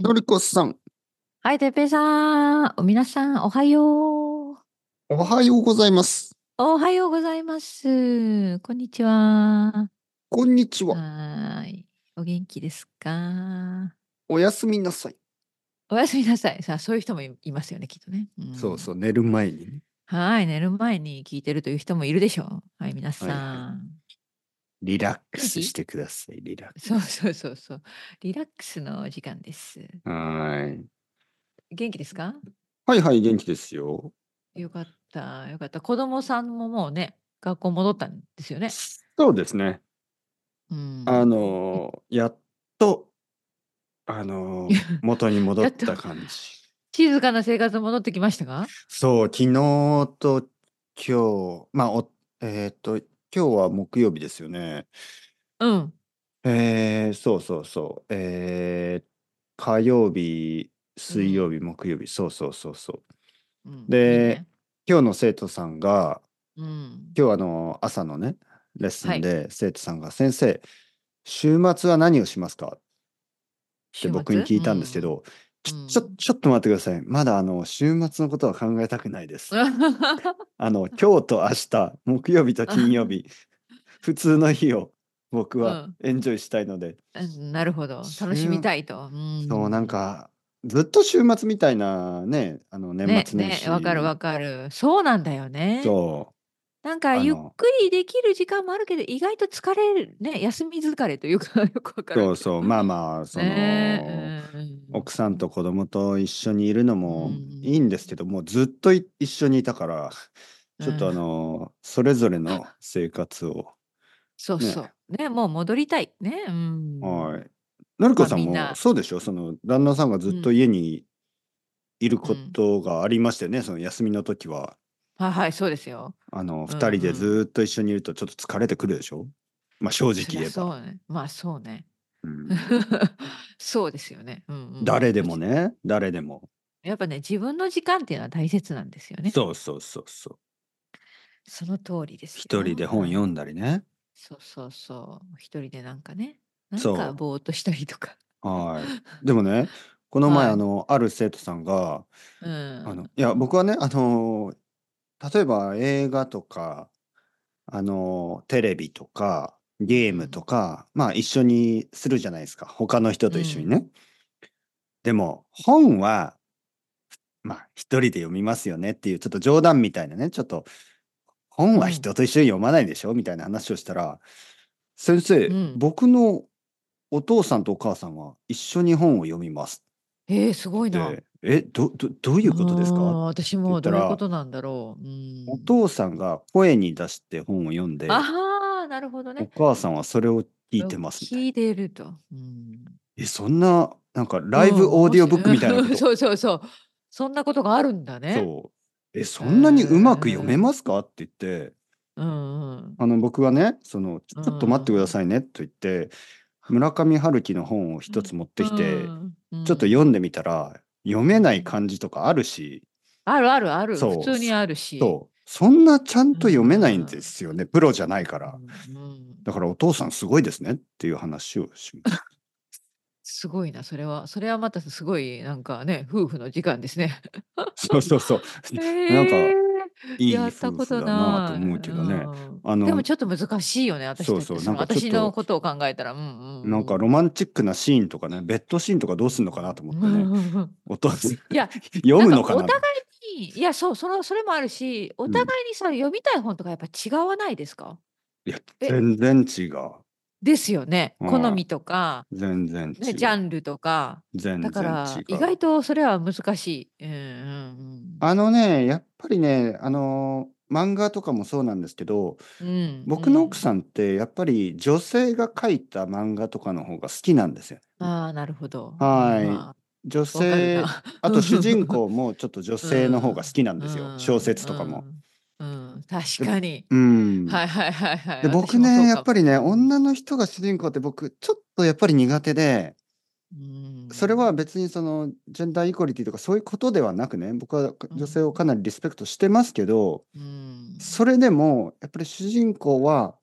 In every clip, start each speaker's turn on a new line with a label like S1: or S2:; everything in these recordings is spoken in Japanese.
S1: のりこさん、
S2: はい、てっぺいさん、皆さん、おはよう。
S1: おはようございます。
S2: おはようございます。こんにちは。
S1: こんにちは。
S2: はーい。お元気ですか
S1: おやすみなさい。
S2: おやすみなさい。さあ、そういう人もいいますよね、きっとね。うん
S1: そうそう、寝る前にね、
S2: はーい、寝る前に聞いてるという人もいるでしょう。はい、皆さん。
S1: リラックスしてください。リラック
S2: そうそうそうそう。リラックスの時間で
S1: ス。
S2: す。
S1: はーい。
S2: 元気ですか
S1: はいはい、元気ですよ。
S2: よかった、よかった。子供さんももうね、学校戻ったんですよね。
S1: そうですね。
S2: うん、
S1: あのーやっと、あのー 元に戻った感じ。
S2: 静かな生活戻ってきましたか
S1: そう、昨日と今日、まあ、おえっ、と、今日は木曜日ですよね。
S2: うん。
S1: えー、そうそうそう。えー、火曜日、水曜日、木曜日、そうそうそうそう。
S2: うん
S1: で、今日の生徒さんが
S2: いいねうん、
S1: 今日あの朝のねレッス
S2: は
S1: ン
S2: い
S1: で生徒さんが「先生週末は何をしますか?」って僕に聞いたんですけど、ちょちょ
S2: う
S1: ちょっと待ってくださいまだあの週末のことは考えたくないです
S2: 週末。うん
S1: あの今日と明日木曜日と金曜 日普通の日を僕はエンジョイしたいので、
S2: うん なるほど
S1: 週
S2: 楽しみたいと。うん
S1: そうなんかずっと週末みたいなねあの年
S2: ね
S1: 末年
S2: ね
S1: 始
S2: わかるわかるそうなんだよね。
S1: そう
S2: なん
S1: あ
S2: か
S1: の
S2: ゆっくりできる時間もあるけど意外と疲れるね休み疲れというか よくわから
S1: そうそうまあまあその、
S2: ねえうん
S1: 奥さんと子供と一緒にいるのも
S2: うん
S1: いいんですけど、もうずっとい一緒にいたから、ちょっとあ
S2: うん
S1: の、それぞれ の生活を。
S2: そう
S1: ね
S2: そうねもう戻りたいね。うん
S1: はい。のりこさん
S2: まあみん
S1: も
S2: な
S1: そうでしょその旦那さんがずっと家にいることがありましてね、その休みの時は。
S2: はいはいそうですよ。
S1: あの、
S2: うん
S1: 二人でずっと一緒にいるとちょっと疲れてくるでしょまあ正直
S2: そり
S1: 言え
S2: ゃそ
S1: ば。
S2: うねまあそうね。
S1: うん、
S2: そうですよね、うんうん
S1: 誰でも。ね、誰でも。
S2: やっぱね、自分の時間っていうのは大切なんですよね。
S1: そうそうそうそう。
S2: その通りですよ。
S1: 一人で本読んだりね。
S2: そうそうそう。一人でなんかね、なん
S1: そう
S2: かぼーっとしたりとか。
S1: はい。でもね、この前、
S2: はい
S1: あの、ある生徒さんが、
S2: うん。
S1: あの、いや、僕はね、あのー、例えば映画とか、あのー、テレビとか、ゲームとか、まあ一緒にするじゃないですか。他の人と一緒にね。でも、本は、まあ一人で読みますよねっていう、ちょっと冗談みたいなね、ちょっと、本は
S2: うん
S1: 人と一緒に読まないでしょみたいな話をしたら、先生、
S2: うん
S1: 僕のお父さんとお母さんは一緒に本を読みます
S2: えー、すごい
S1: って
S2: な。
S1: え、ど、ど、どういうことです
S2: あー
S1: か
S2: 私
S1: 言
S2: も
S1: った
S2: どう
S1: ら
S2: いうことなんだろう。うん、
S1: お父さんが声に出して本を読んで、
S2: ああ、なるほど
S1: お
S2: ね。
S1: 母さんはそれを聞いてますみたい
S2: 聞いてると。うん、
S1: な。え、そんな、なんかライブオーディオブックみたいなこ
S2: うん
S1: と。
S2: 面白そうそうそう。そんなことがあるんだね。
S1: そう。え、そんなにうまく読めますかって言って、
S2: うんうん。
S1: あの、僕はね、その、ちょ
S2: うん
S1: ちょっと待ってくださいねと言って、村上春樹の本を一つ持ってきて、ちょっ
S2: うん、
S1: と読んでみたら、読めない漢字とかあるし、
S2: あるあるある。
S1: そう
S2: 普通にあるし。
S1: そう。そんなちゃんと読めないんですよね。プロじゃないから。
S2: うんうん
S1: だからお父さんすごいですねっていう話をしました。
S2: すごいな、それは。それはまたすごい、なんかね、夫婦の時間ですね。
S1: そうそうそう。なんか、いい
S2: や
S1: 夫
S2: ったこ
S1: 婦
S2: と
S1: だ
S2: な。
S1: ないと思うけどね。
S2: うん
S1: あの
S2: でもちょっと難しいよね、私
S1: そう
S2: だって
S1: そう
S2: その
S1: なんかちょっと
S2: 私のことを考えたら。うんうん、
S1: なんかロマンチックなシーンとかね、ベッドシーンとかどうすんのかなと思って ね、
S2: ね。
S1: お父さん
S2: いや、
S1: 読むのかな
S2: なんかお互いに、いや、そう、そのそれもあるし、お互いにさ、読みたい本とかやっぱ違わないですか
S1: いや、
S2: え
S1: 全然違う。
S2: ですよね。
S1: うん
S2: 好みとか、
S1: 全然違
S2: ね、
S1: う。
S2: ジャンルとか。
S1: 全然
S2: だから
S1: 違う。
S2: 意外とそれは難しい。うん
S1: あのね、やっぱりね、あのー漫画とかもそうなんですけど、
S2: うんうん、
S1: 僕の奥
S2: ん。
S1: さんってやっぱり女性が描いた漫画とかの方が好きなんですよ。
S2: ああ、なるほど。
S1: はい
S2: ま
S1: 女
S2: あわかる
S1: 性、
S2: な
S1: あと主人公もちょっと女性の方が好きなん ですよ。小説とかも。。
S2: うんうんうん、確かに。
S1: うん。
S2: はいはいはいはい。
S1: で僕ねやっぱりね女の人が主人公って僕ちょっとやっぱり苦手で
S2: り
S1: それは別にそのジェンダーイコリティとかそういうことではなくね僕は女性をかなりリスペクトしてますけど
S2: うん、
S1: それでもやっぱり主人公は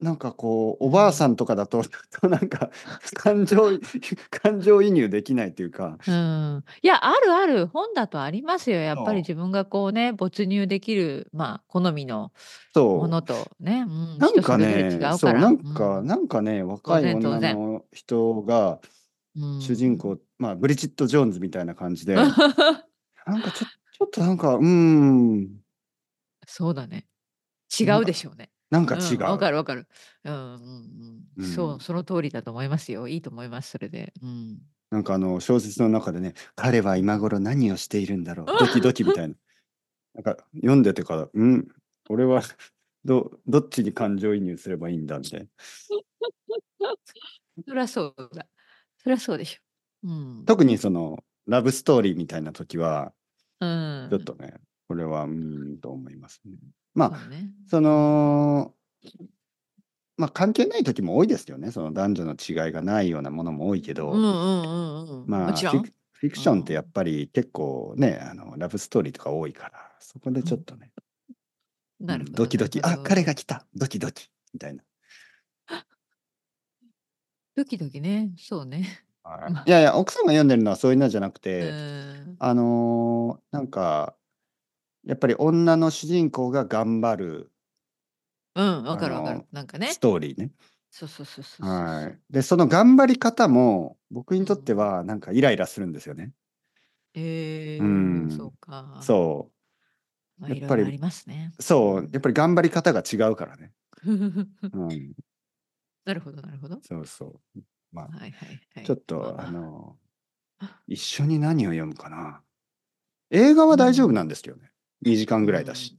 S1: なんかこうおばあさんとかだと ちょっとなんか感情移感情移入できないというか
S2: うんいやあるある本だとありますよやっぱ
S1: そう
S2: り自分がこうね没入できるまあ好みの
S1: そ
S2: もの
S1: う
S2: とね、うん、
S1: なんか
S2: 人それぞれ
S1: ね
S2: 違う
S1: そ
S2: か
S1: う
S2: ら
S1: なんか、
S2: うん
S1: なんかね若い
S2: 当然当
S1: 女
S2: 然
S1: の人が
S2: うん
S1: 主人公、まあブリジット・ジョーンズみたいな感じでなんかちょちょっとなんかうーん
S2: そうだね違
S1: なんか
S2: うでしょうね
S1: なんか違
S2: うんわ
S1: う。
S2: かるわかるうんうんう
S1: うんん
S2: そうその通りだと思いますよいいと思いますそれでうん
S1: なんかあの小説の中でね、彼は今頃何をしているんだろう、ドキドキみたいな。なんか読んでてから、うん、俺はどどっちに感情移入すればいいんだみたいな。
S2: そりゃそうだそりゃそうでしょうん
S1: 特にそのラブストーリーみたいな時は、
S2: うん
S1: ちょっとね、これはうーんと思いますね。まあ、
S2: そうね
S1: その、まあ関係ない時も多いですよね。その男女の違いがないようなものも多いけど、
S2: うんうんうんうん
S1: ま
S2: も
S1: あ
S2: ちろ
S1: フィ
S2: ん
S1: クフィクションってやっぱり結構ね、あのラブストーリーとか多いから、そこでちょっとね、
S2: なる
S1: う
S2: ほ
S1: ん
S2: ど
S1: ドキドキ、
S2: なる
S1: あ、
S2: ほど
S1: 彼が来た、ドキドキ、みたいな。
S2: ドキドキねそうねまあ
S1: いやいや、奥さんが読んでるのはそういうのじゃなく
S2: う
S1: て、
S2: ん
S1: あのーなんか、やっぱり女の主人公が頑張る
S2: うんわかるわか
S1: あ
S2: る
S1: の
S2: なんかね
S1: ストーリーね。
S2: そうそうそうそうそう
S1: はい。で、その頑張り方も、僕にとっては、なんかイライラするんですよね。
S2: えー
S1: うん
S2: そうか
S1: そ
S2: まあいろい
S1: や
S2: ろ
S1: っぱり
S2: ありますね
S1: う。そう。やっぱり頑張り方が違うからね。うん。
S2: なるほどなるほど
S1: そうそう。ま
S2: はいはいは
S1: あ、
S2: い
S1: ちょっ
S2: ま
S1: と、
S2: ま
S1: あのー一緒に何を読むかな。映画は大丈夫なんですけどね。2時間ぐらいだし
S2: う。ん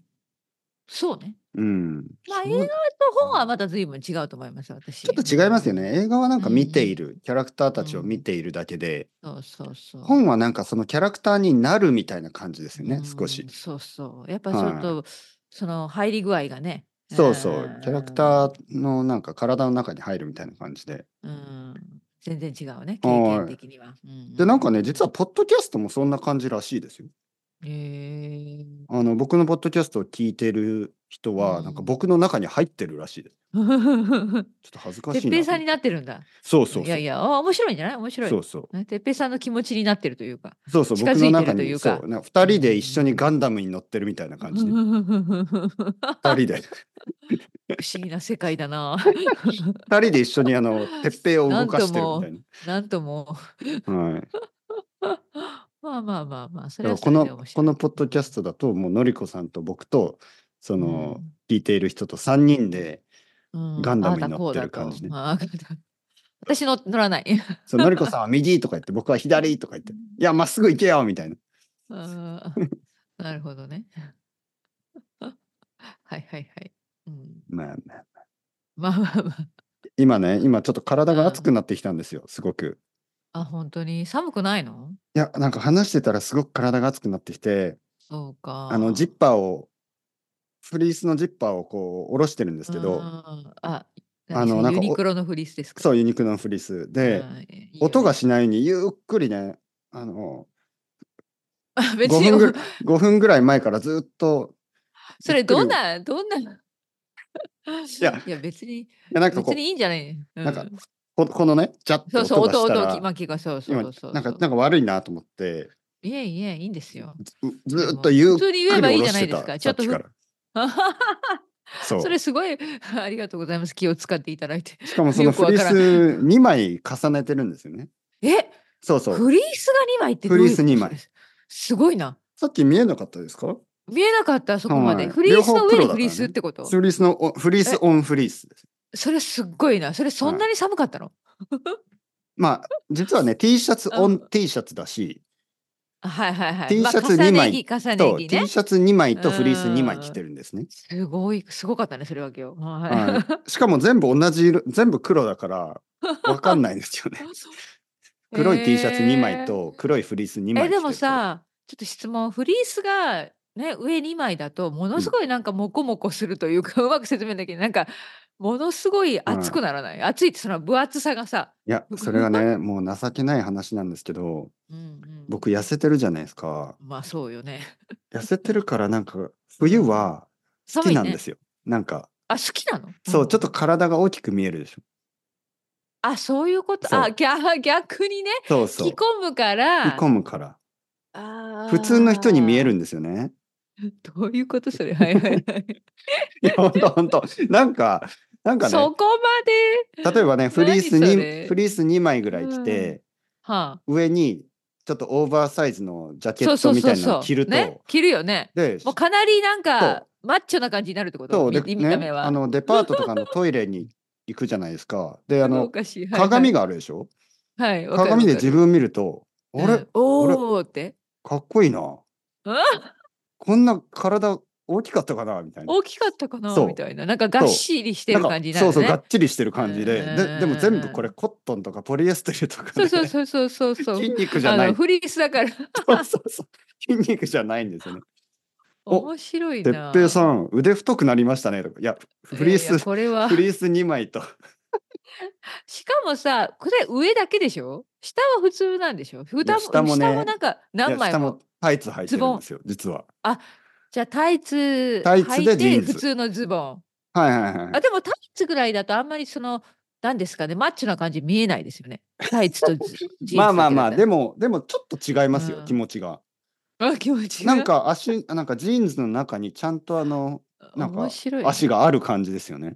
S2: そうね。
S1: うん。
S2: まあ、
S1: そ
S2: 映
S1: う
S2: 画と本はまた随分違うと思います、私。
S1: ちょっと違いますよ
S2: うん。
S1: ね。映画はなんか見ている、
S2: う
S1: キャラクターたちを
S2: うん
S1: 見ているだけで、
S2: そうそうそう。
S1: 本はなんかそのキャラクターになるみたいな感じですよね、少
S2: う
S1: し
S2: ん。そうそう。やっぱちょっと、その入り具合がね。
S1: そうそう、キャラクタ
S2: ー。
S1: ーのなんか体の中に入るみたいな感じで。
S2: うん。全然違うね、経
S1: はい
S2: 験的には。うん
S1: で、なんかね、実は、ポッドキャストもそんな感じらしいですよ。
S2: えー、
S1: あの、僕のポッドキャストを聞いてる人
S2: う
S1: は、
S2: ん
S1: なんか僕の中に入ってるらしいです。ちょっと恥ずかし
S2: てっ
S1: いなと思っ
S2: ぺ
S1: て。
S2: いさんになってるんだ。
S1: そうそうそう。
S2: いやいや、あ面白いんじゃない面白い。
S1: そうそう。
S2: ねてっぺいさんの気持ちになってるというか。
S1: そうそう、
S2: 近づ
S1: 僕
S2: いてる
S1: の中
S2: という
S1: に、そ
S2: か
S1: う、なんか二人で一緒にガンダムに乗ってるみたいな感じね。 二人で。
S2: 不思議な世界だな。
S1: 二人で一緒にあ の鉄平を動かしてるみたい
S2: なんとも。
S1: な。 はい。だ
S2: まあまあまあまあ、そ
S1: か
S2: れ
S1: ら
S2: は
S1: こ
S2: それ
S1: の
S2: で面白
S1: こ
S2: い
S1: のポッドキャストだともうのりこさんと僕とその、聞いている人と三人で、
S2: うんうん
S1: ガンダムに
S2: あなた
S1: 乗ってる
S2: こうだ
S1: 感
S2: と
S1: じね
S2: ああガンダム私の乗らない。
S1: そののりこさんは右とか言って僕は左とか言っていやまっすぐ行けよみたいな。
S2: あーなるほどね。 はいはいはい。うん、
S1: まあね
S2: まあまあまあ。
S1: 今ね今ちょっと体が熱くなってきたんですよすごく。
S2: あ、本当に寒くないの
S1: いやなんか話してたらすごく体が熱くなってきて
S2: そうか。
S1: あのジッパーをフリースのジッパーをこう下ろしてるんですけ
S2: うん
S1: ど
S2: あ、
S1: あ
S2: あ
S1: の
S2: の
S1: なん
S2: ユ
S1: か
S2: ニ
S1: お
S2: クロのフリースですか。
S1: そううユニクロのフリース
S2: ん、
S1: で。
S2: いいよ
S1: 音が
S2: ね
S1: しないようにゆっくりねあの
S2: あ別
S1: 5
S2: に
S1: 分ぐ5分ぐらい前からずっと
S2: そ
S1: び
S2: れ
S1: っくり
S2: どんなどんな い
S1: や
S2: 別に
S1: いやなんかこ
S2: 別
S1: う
S2: にいいんじゃない、うん、
S1: なんかここのねジャッて
S2: そうそう
S1: 音が
S2: 音
S1: した
S2: 音
S1: ら
S2: きまあ聞がそうそう
S1: 今
S2: そうそう
S1: なんかなんか悪いなと思って
S2: いえいえいいんですよ
S1: ず
S2: で
S1: ず
S2: も
S1: っとゆっ
S2: 普
S1: く
S2: 通に
S1: り
S2: 言え
S1: 下
S2: ばいい
S1: ろ
S2: じ
S1: し
S2: ゃな
S1: て
S2: いです
S1: た
S2: か
S1: さっきから そう
S2: それすごい ありがとうございます気を使っていただいて
S1: しかもそのフリ
S2: よくわから
S1: ース2枚重ねてるんですよね
S2: え
S1: そうそう
S2: フリースが2枚って
S1: フリース
S2: どういう
S1: 二
S2: こと
S1: 枚
S2: ですすごいな
S1: さっき見えなかったですか
S2: 見えなかったそこまで、
S1: はい
S2: フリースの上
S1: 両方黒だ
S2: に
S1: からね
S2: フリースってこと、
S1: フリースのおフリース
S2: え
S1: オンフリースです
S2: それすっごいなそれそんなに寒かったの、
S1: まあ実はね T シャツオ
S2: う
S1: ン
S2: ん
S1: T シャツだし
S2: あはいはいはい
S1: T
S2: まあ
S1: シャツ二枚
S2: 重ね着
S1: と
S2: 重
S1: T
S2: ね着ね
S1: シャツ2枚とフリース2枚着てるんですね
S2: すごいすごかったねそれは今日 は
S1: はい、しかも全部同じ色全部黒だからわかんないですよ ね黒い T シャツ2枚と黒いフリース2枚着て
S2: え
S1: る
S2: でもさちょっと質問フリースがね上2枚だとものすごいなんかモコモコするというか、うまく説明できないなんかものすごい熱くならない、熱いってその分厚さがさ、
S1: いやそれが ねもう情けない話なんですけど
S2: うんうん
S1: 僕痩せてるじゃないですか
S2: まあそうよね
S1: 痩せてるからなんか冬は好きなんですよ、なんか
S2: あ、好きなの
S1: そう、ちょっ
S2: と。
S1: と体が大きく見えるでしょ。
S2: あ、そういうこと。
S1: そう
S2: あ、逆 逆にね、
S1: そうそう。
S2: 着込むから。
S1: 着込むから。
S2: あー
S1: 普通の人に見える。んですよね。
S2: どういうことそれ。はい はいはい。
S1: いや、ほんとほんと。なんか、なんか
S2: そ
S1: ね、
S2: こまで。
S1: 例えばね、フリース
S2: 何そ
S1: に、
S2: れ
S1: フリース2枚ぐらい着て、
S2: はあ。
S1: 上にちょっとオーバーサイズのジャケ
S2: そ
S1: ッ
S2: うそ
S1: ト
S2: う
S1: み
S2: そ
S1: た
S2: う
S1: いなの
S2: そ
S1: を
S2: う。
S1: 着ると、
S2: ね、着るよね。
S1: で、
S2: もうかなりなん
S1: そう
S2: かマッチョな感じになるってこと。
S1: そうで
S2: み見た目
S1: ね、
S2: は。
S1: あのデパートとかのトイレに行くじゃないですか。で、あ
S2: お
S1: の
S2: かしい。はいはい
S1: 鏡があるでしょ。
S2: はい、わかる
S1: 鏡で自分見ると、
S2: わ
S1: あ
S2: かる
S1: れ
S2: うんおーって。
S1: かっこいいな。
S2: うん
S1: こんな体大きかったかなみたいな。
S2: 大きかったかな
S1: そう
S2: みたいな。なんかがっしりして
S1: な
S2: る
S1: んか
S2: 感じになる
S1: そ
S2: ね。
S1: うそうがっちりしてる感じで
S2: うんうんうんう
S1: で
S2: ん
S1: でも全部これコットンとかポリエステルとか
S2: そう
S1: で
S2: そうそうそうそうそう。
S1: 筋肉じゃ
S2: あ
S1: ない
S2: のフリースだから。
S1: そうそうそう筋肉じゃないんですよね。お
S2: 面白い
S1: てっ
S2: な。
S1: ぺいさん腕太くなりましたねとかいやフリー
S2: いやいや
S1: ス
S2: これは
S1: フ。リース2枚と
S2: しかもさ、これ上だけでしょ下は普通なんでしょふた
S1: いや下もね
S2: 下もなんか何
S1: いや
S2: 枚
S1: 下
S2: も
S1: も。タイツ履いてるんですよ実は。
S2: じゃあタイツ
S1: タイツで
S2: 履いて
S1: ジーンズ
S2: 普通のズボン。
S1: はいはいはいは
S2: あ
S1: い。
S2: でもタイツぐらいだとあんまりその、なんですかね、マッチョな感じ見えないですよね。タイツとジジーンズだけだっ た
S1: ま
S2: ら。
S1: あまあまあで
S2: も。
S1: もでもちょっと違いますよ、
S2: うん
S1: 気持ちが。
S2: 気持ちが
S1: なんか足なんかジーンズの中にちゃんとあのなんか
S2: 面白いね
S1: 足がある感じですよね。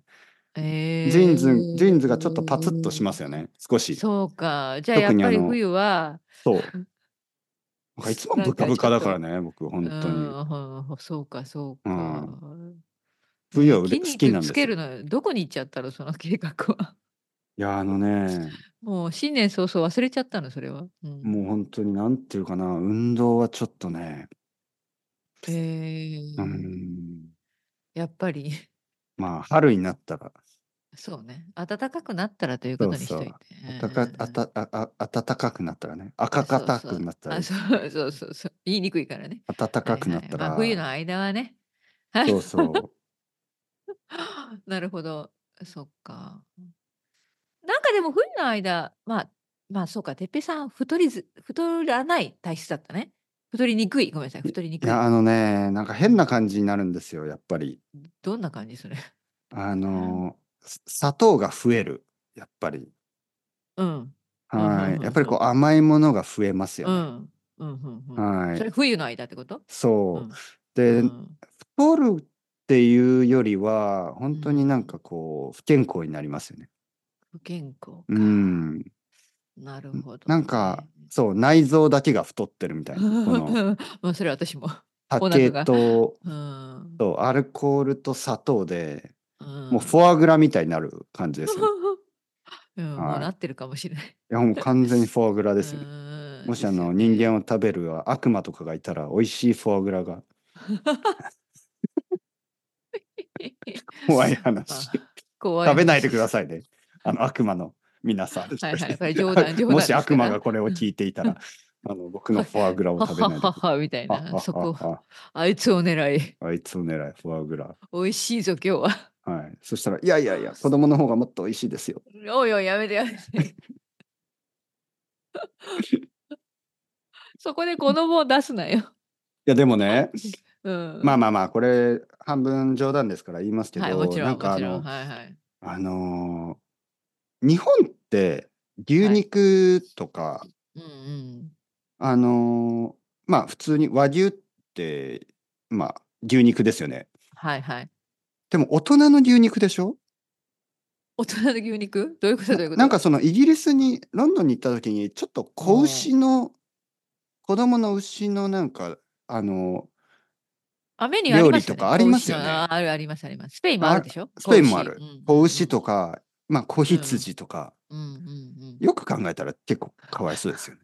S2: ジ
S1: ジーンズジーンズがちょっとパツッ
S2: ッ
S1: としますよね少し。そ
S2: そうか。じゃあや
S1: 特
S2: っ
S1: にあ
S2: ぱ
S1: の
S2: り冬は、
S1: う。 なんかいつも
S2: なんか
S1: ブカブカだからね僕本当に。
S2: うんほんそうかそうか。
S1: 冬はうれ好
S2: 筋
S1: きな
S2: 肉
S1: んで
S2: つ
S1: す
S2: け
S1: よ。
S2: るのどこに行っちゃったのその計画は。
S1: いやあのね
S2: もう新年早々忘れちゃったのそれは。うん
S1: もう本当になんていうかな運動はちょっとね
S2: えー
S1: うん
S2: やっぱり
S1: まあ春になったら
S2: そうね暖かくなったらということにしといて。
S1: あたかあたああ暖かくなったらね赤かたくなったら
S2: あそうそうそうそう言いにくいからね。
S1: 暖かくなった
S2: はいはいま
S1: ら
S2: あ冬の間はね。
S1: そうそう。
S2: なるほど。そっか。なんかでも冬の間、まあ、まあそうか、てっぺいさん、太りず、太らない体質だったね。太りにくい。ごめんなさい、太りに
S1: い
S2: くい。
S1: やあのねなんか変な感じになるんですよやっぱり
S2: どんな感じそれ。
S1: あのす砂糖が増えるやっぱり
S2: うん。うんうんうん
S1: は
S2: うん
S1: いやっぱりこう甘いものが増えます
S2: う
S1: よね、
S2: ん。うんうんうん
S1: は
S2: それ
S1: い
S2: 冬の間ってこと
S1: そう、
S2: うん
S1: で、
S2: うん
S1: 太るっていうよりは本当になんかこう不健康になりますよね
S2: 不健康。
S1: うん
S2: なるほど、
S1: なんかそう内臓だけが太ってるみたい
S2: ね。
S1: なこの
S2: まあそれは私も。お
S1: 酒
S2: 腹が
S1: と
S2: うん。
S1: とアルコールと砂糖でもう
S2: も
S1: フォアグラみたいになる感じですよね、
S2: うん、もう
S1: はい
S2: なってるかもしれない。
S1: いやもう完全にフォアグラ ですよね
S2: ね
S1: もしあの人間を食べる悪魔とかがいたら美味しいフォアグラが怖い話
S2: 怖い
S1: 食べないでくださいねあの悪魔の皆さん
S2: はいはいこれ冗談冗談ですから
S1: もし悪魔がこれを聞いていたらあの僕のフォアグラを
S2: は
S1: 食べないでくだ
S2: ははは みたい
S1: さい
S2: なそこ
S1: ああ
S2: あいつを狙い
S1: ああいつを狙いフォアグラ
S2: 美味しいぞ今日は
S1: はいそしたらいやいやいや子供の方がもっと美味しいですよ
S2: おいおいやめてやめて そこで子供を出すなよ、
S1: いやでもね
S2: うん、
S1: まあまあまあこれ半分冗談ですから言いますけど、
S2: はいもちろ
S1: なんん
S2: も
S1: かあ
S2: ちろん
S1: の、
S2: はいはい
S1: あのー日本って牛肉とか、
S2: うんうん
S1: あのーまあ普通に和牛ってまあ牛肉ですよね。
S2: はいはい
S1: でも大人の牛肉でしょ
S2: 大人の牛肉どういうことどういうこと
S1: なんかそのイギリスにロンドンに行った時にちょっと子牛の子供の牛のなんかあの
S2: あメニューあります
S1: 料理と
S2: よね
S1: かありますよね
S2: 子牛のああるありますありますスペインもあるでしょ
S1: スペインもある
S2: 子牛うん
S1: 子牛とか、まあ子羊とか、
S2: うんうんうん
S1: よく考えたら結構かわいそうですよね。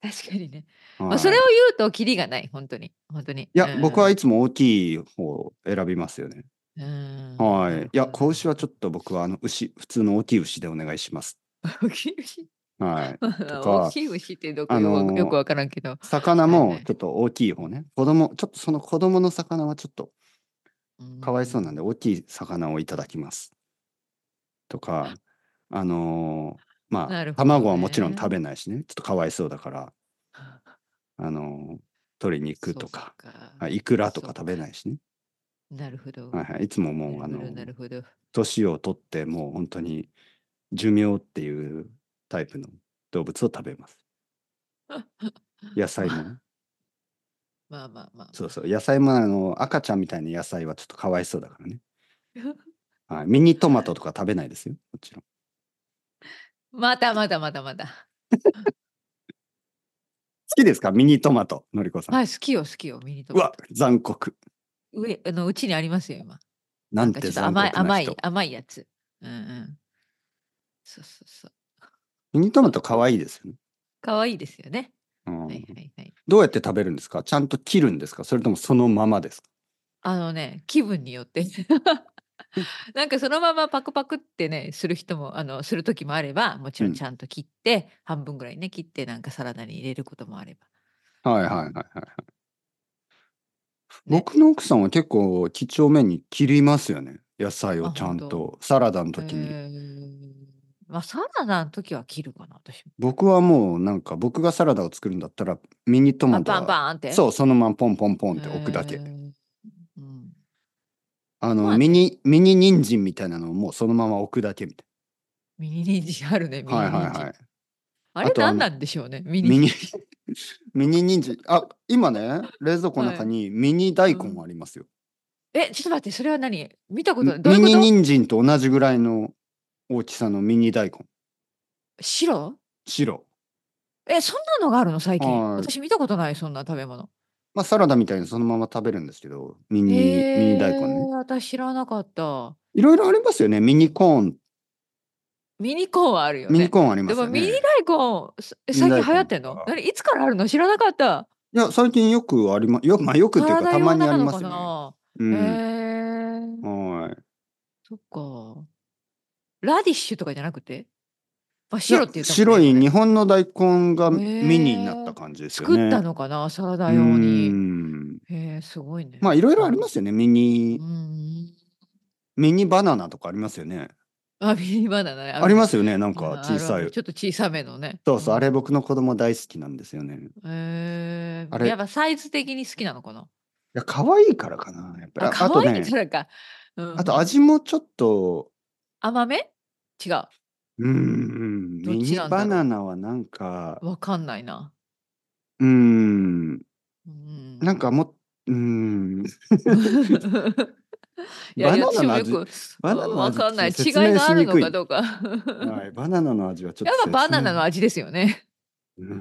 S2: 確かにね
S1: は
S2: ま
S1: い
S2: あ、それを言うとキリがない本当に本当にい
S1: いや、僕はいつも大きい方を選びますよね。は。
S2: はい
S1: いや、子牛はちょ
S2: っ
S1: っと僕はあの牛、普通の大きい牛でお願いします。
S2: と大きい牛
S1: はい。か
S2: 大きい牛ってどこよ,、
S1: あのー
S2: よくわからんけど、
S1: 魚
S2: はいは
S1: も
S2: い
S1: ちょっと大きい方ね。子供、ちょっとその子供の魚はちょっとかわいそうなん
S2: で
S1: で、大きい魚をいただきます。とか、あのーまあ、
S2: なるほどね
S1: 卵はもちろん食べないしね、ちょっとかわいそうだから、あのー鶏肉とか、はいいくらとか食べないいしね。
S2: なるほど。
S1: はいはい、いつももう、
S2: な
S1: あ
S2: るほ
S1: の
S2: ど、なるほど。
S1: 年を取ってもう本当に寿命っていうタイプの動物を食べます。野菜 も。
S2: まあまあまあ。
S1: そうそう。野菜もあの赤ちゃんみたいな野菜はちょっとかわいそうだから ね。はい、ミニトマトとか食べないですよ。もちろん。
S2: またまたまたまた。
S1: 好きですかミニトマト、のりこさん。
S2: はい、好きよ、好きよ、ミニト
S1: う
S2: マ
S1: わ
S2: ト。、
S1: 残酷。
S2: 上、あの、うちにありますよ、今。
S1: なん
S2: か
S1: て
S2: ちょっと
S1: 残酷
S2: 甘い、
S1: な
S2: 甘い
S1: 人、。
S2: 甘いやつ。うんうん。そうそうそう。
S1: ミニトマト可愛いですよね。
S2: 可愛いですよね。
S1: うん
S2: はいはいはい。
S1: どうやって食べるんですかちゃんと切るんですかそれともそのままですか
S2: あのね、気分によってなんかそのままパクパクってね、する人も、あの、する時もあれば、もちろ
S1: うんん
S2: ちゃんと切って、半分ぐらいね、切って、なんかサラダに入れることもあれば。
S1: はいはいはいはいはい。
S2: ね
S1: 僕の奥さんは結構几帳面に切りますよね。野菜を
S2: あ
S1: ちゃん
S2: 本
S1: とサラダの時に。
S2: えーまあ、サラダの時は切るかな、私も。
S1: 僕はもうなんか僕がサラダを作るんだったらミニト
S2: バ
S1: マ
S2: ン
S1: ト
S2: バン
S1: は
S2: バンって。
S1: そうそのままポンポンポンって置くだ
S2: え
S1: け。
S2: ーうん
S1: あ
S2: ま
S1: の
S2: あね
S1: ミニミニ人参みたいなのをもうそのまま置くだけみたい
S2: ミニニンジンあるね、ミニ
S1: な。
S2: ニ
S1: はい
S2: ンジン。
S1: はいはい。
S2: あ
S1: あ
S2: れ
S1: とあ
S2: 何
S1: の
S2: なんでしょうね、ミニ
S1: ミニミニ人参あ今ね冷蔵庫の
S2: は
S1: 中
S2: い
S1: にミニ大根
S2: うん
S1: ありますよ。
S2: え、ちょっと待って、それは何見たことない。どうい
S1: ミ
S2: うこ
S1: ニ
S2: と
S1: 人参と同じぐらいの大きさのミニ大根
S2: 白
S1: 白。
S2: え、そんなのがあるの最近。
S1: はい
S2: 私見たことない、そんな食べ物。
S1: まあサラダみたいにそのまま食べるんですけどミニミニ大根ね。
S2: えー私知らなかった。
S1: いろいろありますよねミニコーン
S2: ミニコーンはあるよね。
S1: ミニコーンありま
S2: ですも
S1: よね。
S2: ミニ大根、すえ
S1: ミニ
S2: 最
S1: 大根
S2: 近流行ってんの
S1: とか
S2: 何いつからあるの知らなかった。
S1: いや、最近よくありま、よく、まあ、よくっていうか、
S2: 体
S1: た
S2: 用
S1: ま
S2: な
S1: にあり
S2: の
S1: ま
S2: か
S1: すよ
S2: な
S1: ね。う
S2: へえ
S1: ん。
S2: ー、
S1: はい。
S2: そっか。ラディッシュとかじゃなくてまあ白って言
S1: い
S2: っ
S1: や
S2: たも
S1: 白
S2: んね
S1: い
S2: 今ね
S1: 日本の大根が
S2: へえ
S1: ミニになった感じですよね。
S2: 作ったのかなサラダ
S1: う
S2: 用に。
S1: ん。
S2: へえすごいね。
S1: まあ、いろいろありますよね。ミ
S2: う
S1: ニ、
S2: ん。
S1: ミニバナナとかありますよね。
S2: あ、ミニバナナね。
S1: ありますよね。な
S2: なん
S1: か小さい。
S2: ちょっと小さめのね。
S1: そうそう、あ
S2: ん
S1: れ僕の子供大好きなんですよね。い
S2: えー
S1: あれ
S2: やっぱサイズ的に好きなのかな
S1: や、可愛いからかな。やっぱ
S2: あ、
S1: り。あ
S2: 可
S1: あと
S2: 愛い
S1: ね
S2: か、らか。うん
S1: あと味もちょっと、
S2: 甘め違う。
S1: うんうん、
S2: どっ
S1: ミ
S2: ち
S1: ニ
S2: なんだろう
S1: バナナはなんか、
S2: わかんないな。
S1: うん、
S2: うん
S1: なんかも、うん、 バナナの味バナナ
S2: いやいや私もよく
S1: の
S2: わ
S1: 味
S2: かんない。
S1: ちょ
S2: 違
S1: っ
S2: い
S1: と説明
S2: があ
S1: し
S2: る
S1: に
S2: の
S1: くい
S2: かどうか。
S1: はい、バナナの味はちょっと
S2: やっぱバナナの味ですよね。
S1: 説明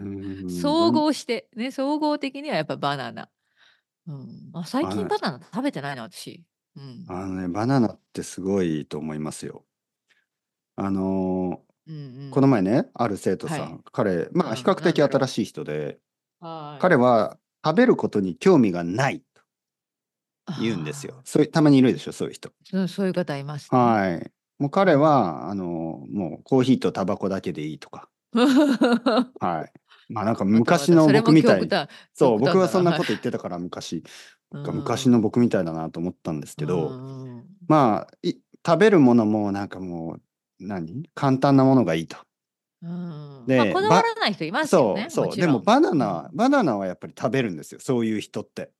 S1: うーん
S2: 総合して、ね、総合的にはやっぱバナナ。うん、あ最近
S1: バ
S2: バナナ食べてないな、私。うん。
S1: あのねバナナってすごいと思いますよ。あの
S2: うんうん
S1: ーこの前ねある生徒さん、
S2: はい
S1: 彼ま
S2: うん
S1: あ比較的
S2: なんだろ
S1: 新
S2: う
S1: しい人で、
S2: はい
S1: 彼は食べることに興味がないと言うんですよ。そういうたまにいるでしょそういう人。
S2: あー。うんそういう方います、ね。
S1: はい。もう彼はあのーもうコーヒーとタバコだけでいいとか。はい。まあなんか昔の僕みたい。そう僕はそんなこと言ってたから昔、
S2: と
S1: 昔の僕みたいだなと思ったんですけど。
S2: うん
S1: まあい食べるものもなんかもう何簡単なものがいいと。
S2: うん
S1: で
S2: まあ、こだわらない人いますよ
S1: そ
S2: ね。
S1: うそう
S2: ち
S1: で
S2: ろん
S1: もバナナバナナはやっぱり食べるんですよそういう人 って。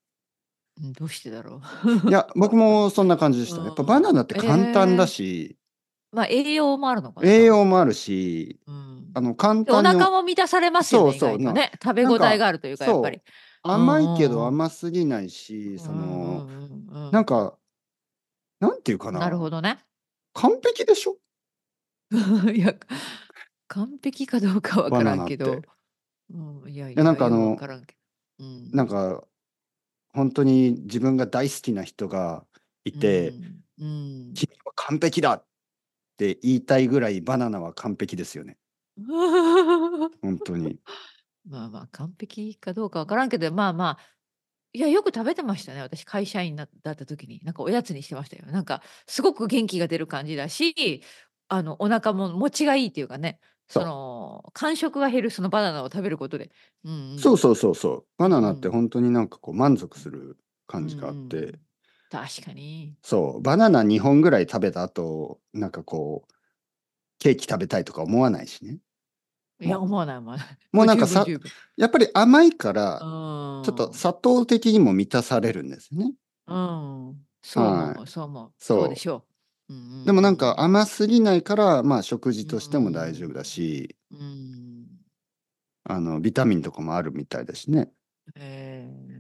S2: うんどうしてだろう。
S1: いや僕もそんな感じでした、
S2: うん
S1: やっぱバナナって簡単だし、
S2: まあ栄養もあるのかな。
S1: 栄。養もあるし
S2: うん、
S1: あの簡
S2: でお
S1: 単に
S2: 腹も満たされますよ
S1: そ
S2: ね。
S1: うそう
S2: 意外とね食べ応えがあるというか
S1: なんか
S2: やっぱり。
S1: 甘いけど
S2: うん
S1: 甘すぎないしその
S2: うんうんうんうん
S1: なんかなんていうかな
S2: なるほどね。
S1: 完璧でしょ
S2: いや完璧かどうかわからんけ
S1: バナ
S2: ど
S1: ナっ。
S2: うん、いやい
S1: や
S2: や
S1: なんかあの
S2: ようわからんけどうん、
S1: なんか本当に自分が大好きな人がいて。
S2: うんうん
S1: 君は完璧だって言いたいぐらいバナナは完璧ですよね。本当に。
S2: まあまあ完璧かどうかわからんけどまあまあいやよく食べてましたね私会社員だだった時になんかおやつにしてましたよなんかすごく元気が出る感じだしあのお腹も持ちがいいっていうかね
S1: そ
S2: そうの感触が減るそのバナナを食べることで、うんうん、
S1: そうそうそうそう。バナナって
S2: うん
S1: 本当になんかこう満足する感じがあっ
S2: うんうん
S1: て、
S2: 確かに
S1: そう、バナナ2本ぐらい食べた後、なんかこう、ケーキ食べたいとか思わないしね。
S2: いや
S1: もう
S2: 思わない思わない
S1: もうなんかさ、
S2: 十分十分
S1: やっぱり甘いから、
S2: うん
S1: ちょっと砂糖的にも満たされるんですよね。
S2: うんそう思う、
S1: は
S2: そう思う。
S1: そう
S2: そうでしょう。うんう
S1: でもなんか、甘すぎないから、まあ食事としても大丈夫だし、
S2: うん、
S1: あの、ビタミンとかもあるみたいだしね。
S2: ええ